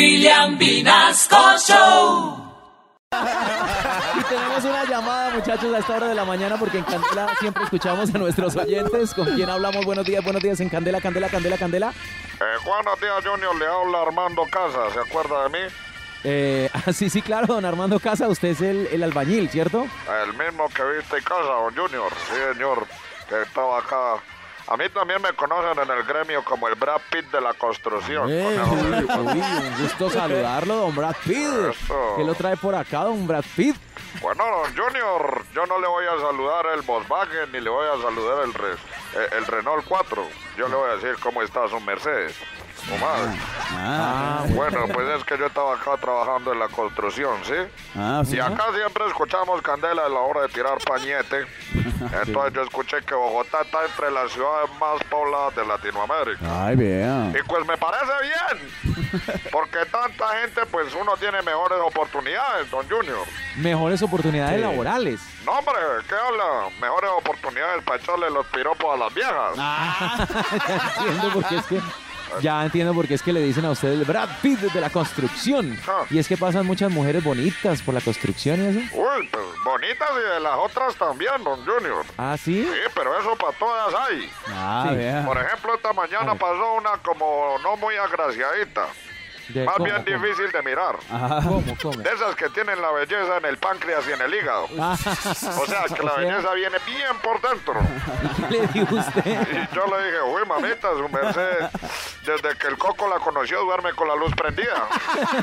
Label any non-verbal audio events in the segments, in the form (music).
William Vinasco Show. Y tenemos una llamada, muchachos, a esta hora de la mañana, porque en Candela siempre escuchamos a nuestros oyentes. ¿Con quién hablamos? Buenos días, buenos días en Candela, Candela, Candela, Candela. Eh, Juana Tía Junior le habla a Armando Casas, ¿se acuerda de mí? Eh, ah, sí, sí, claro, don Armando Casa, usted es el, el albañil, ¿cierto? El mismo que viste en casa, don Junior, sí señor, que estaba acá. A mí también me conocen en el gremio como el Brad Pitt de la construcción. Eh, (laughs) conejo. uy, uy, un gusto saludarlo, don Brad Pitt. Eso. ¿Qué lo trae por acá, don Brad Pitt? Bueno, don Junior, yo no le voy a saludar el Volkswagen ni le voy a saludar el, Re- eh, el Renault 4. Yo le voy a decir cómo está su Mercedes. o más. Ah, Bueno, pues es que yo estaba acá trabajando en la construcción, ¿sí? Ah, sí. Y acá siempre escuchamos candela a la hora de tirar (laughs) pañete. Entonces yo escuché que Bogotá está entre las ciudades más pobladas de Latinoamérica. Ay, vea. Y pues me parece bien, (laughs) porque tanta gente, pues uno tiene mejores oportunidades, don Junior. mejores oportunidades laborales. No, hombre, ¿qué habla? Mejores oportunidades para echarle los piropos a las viejas. Ah. Ya entiendo por qué es que... Ya entiendo por qué es que le dicen a usted el Brad Pitt de la construcción. Ah. Y es que pasan muchas mujeres bonitas por la construcción y eso. Uy, pues bonitas y de las otras también, don Junior. Ah, sí. Sí, pero eso para todas hay. Ah, Sí. vea. Por ejemplo, esta mañana pasó una como no muy agraciadita, De- más ¿cómo, bien cómo? difícil de mirar. Ah, ¿Cómo, cómo? De esas que tienen la belleza en el páncreas y en el hígado. (laughs) Ah, O sea, que o la sea- belleza viene bien por dentro. ¿Qué le dijo usted? Y yo le dije, uy, mamita, su merced, desde que el coco la conoció, duerme con la luz prendida.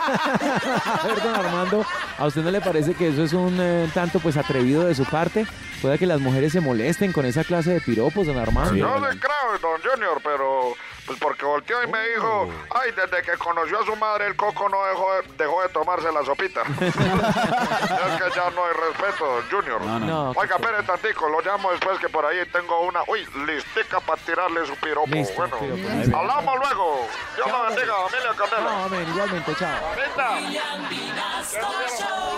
A ver, don Armando, ¿a usted no le parece que eso es un eh, tanto pues atrevido de su parte? Puede que las mujeres se molesten con esa clase de piropos, don Armando. Yo le creo, don Junior, pero pues porque volteó y me dijo, Oh. ay, desde que conoció a su madre, el coco no dejó de, dejó de tomarse la (laughs) sopita. es que ya no hay respeto, don Junior. No, Oiga, espere tantico, lo llamo después que por ahí tengo una, uy, listica para tirarle su piropo. Listo, bueno, piropo. hablamos luego. Dios la bendiga, familia Candela. no, amén, igualmente, chao. Mamita. William Vinasco Show.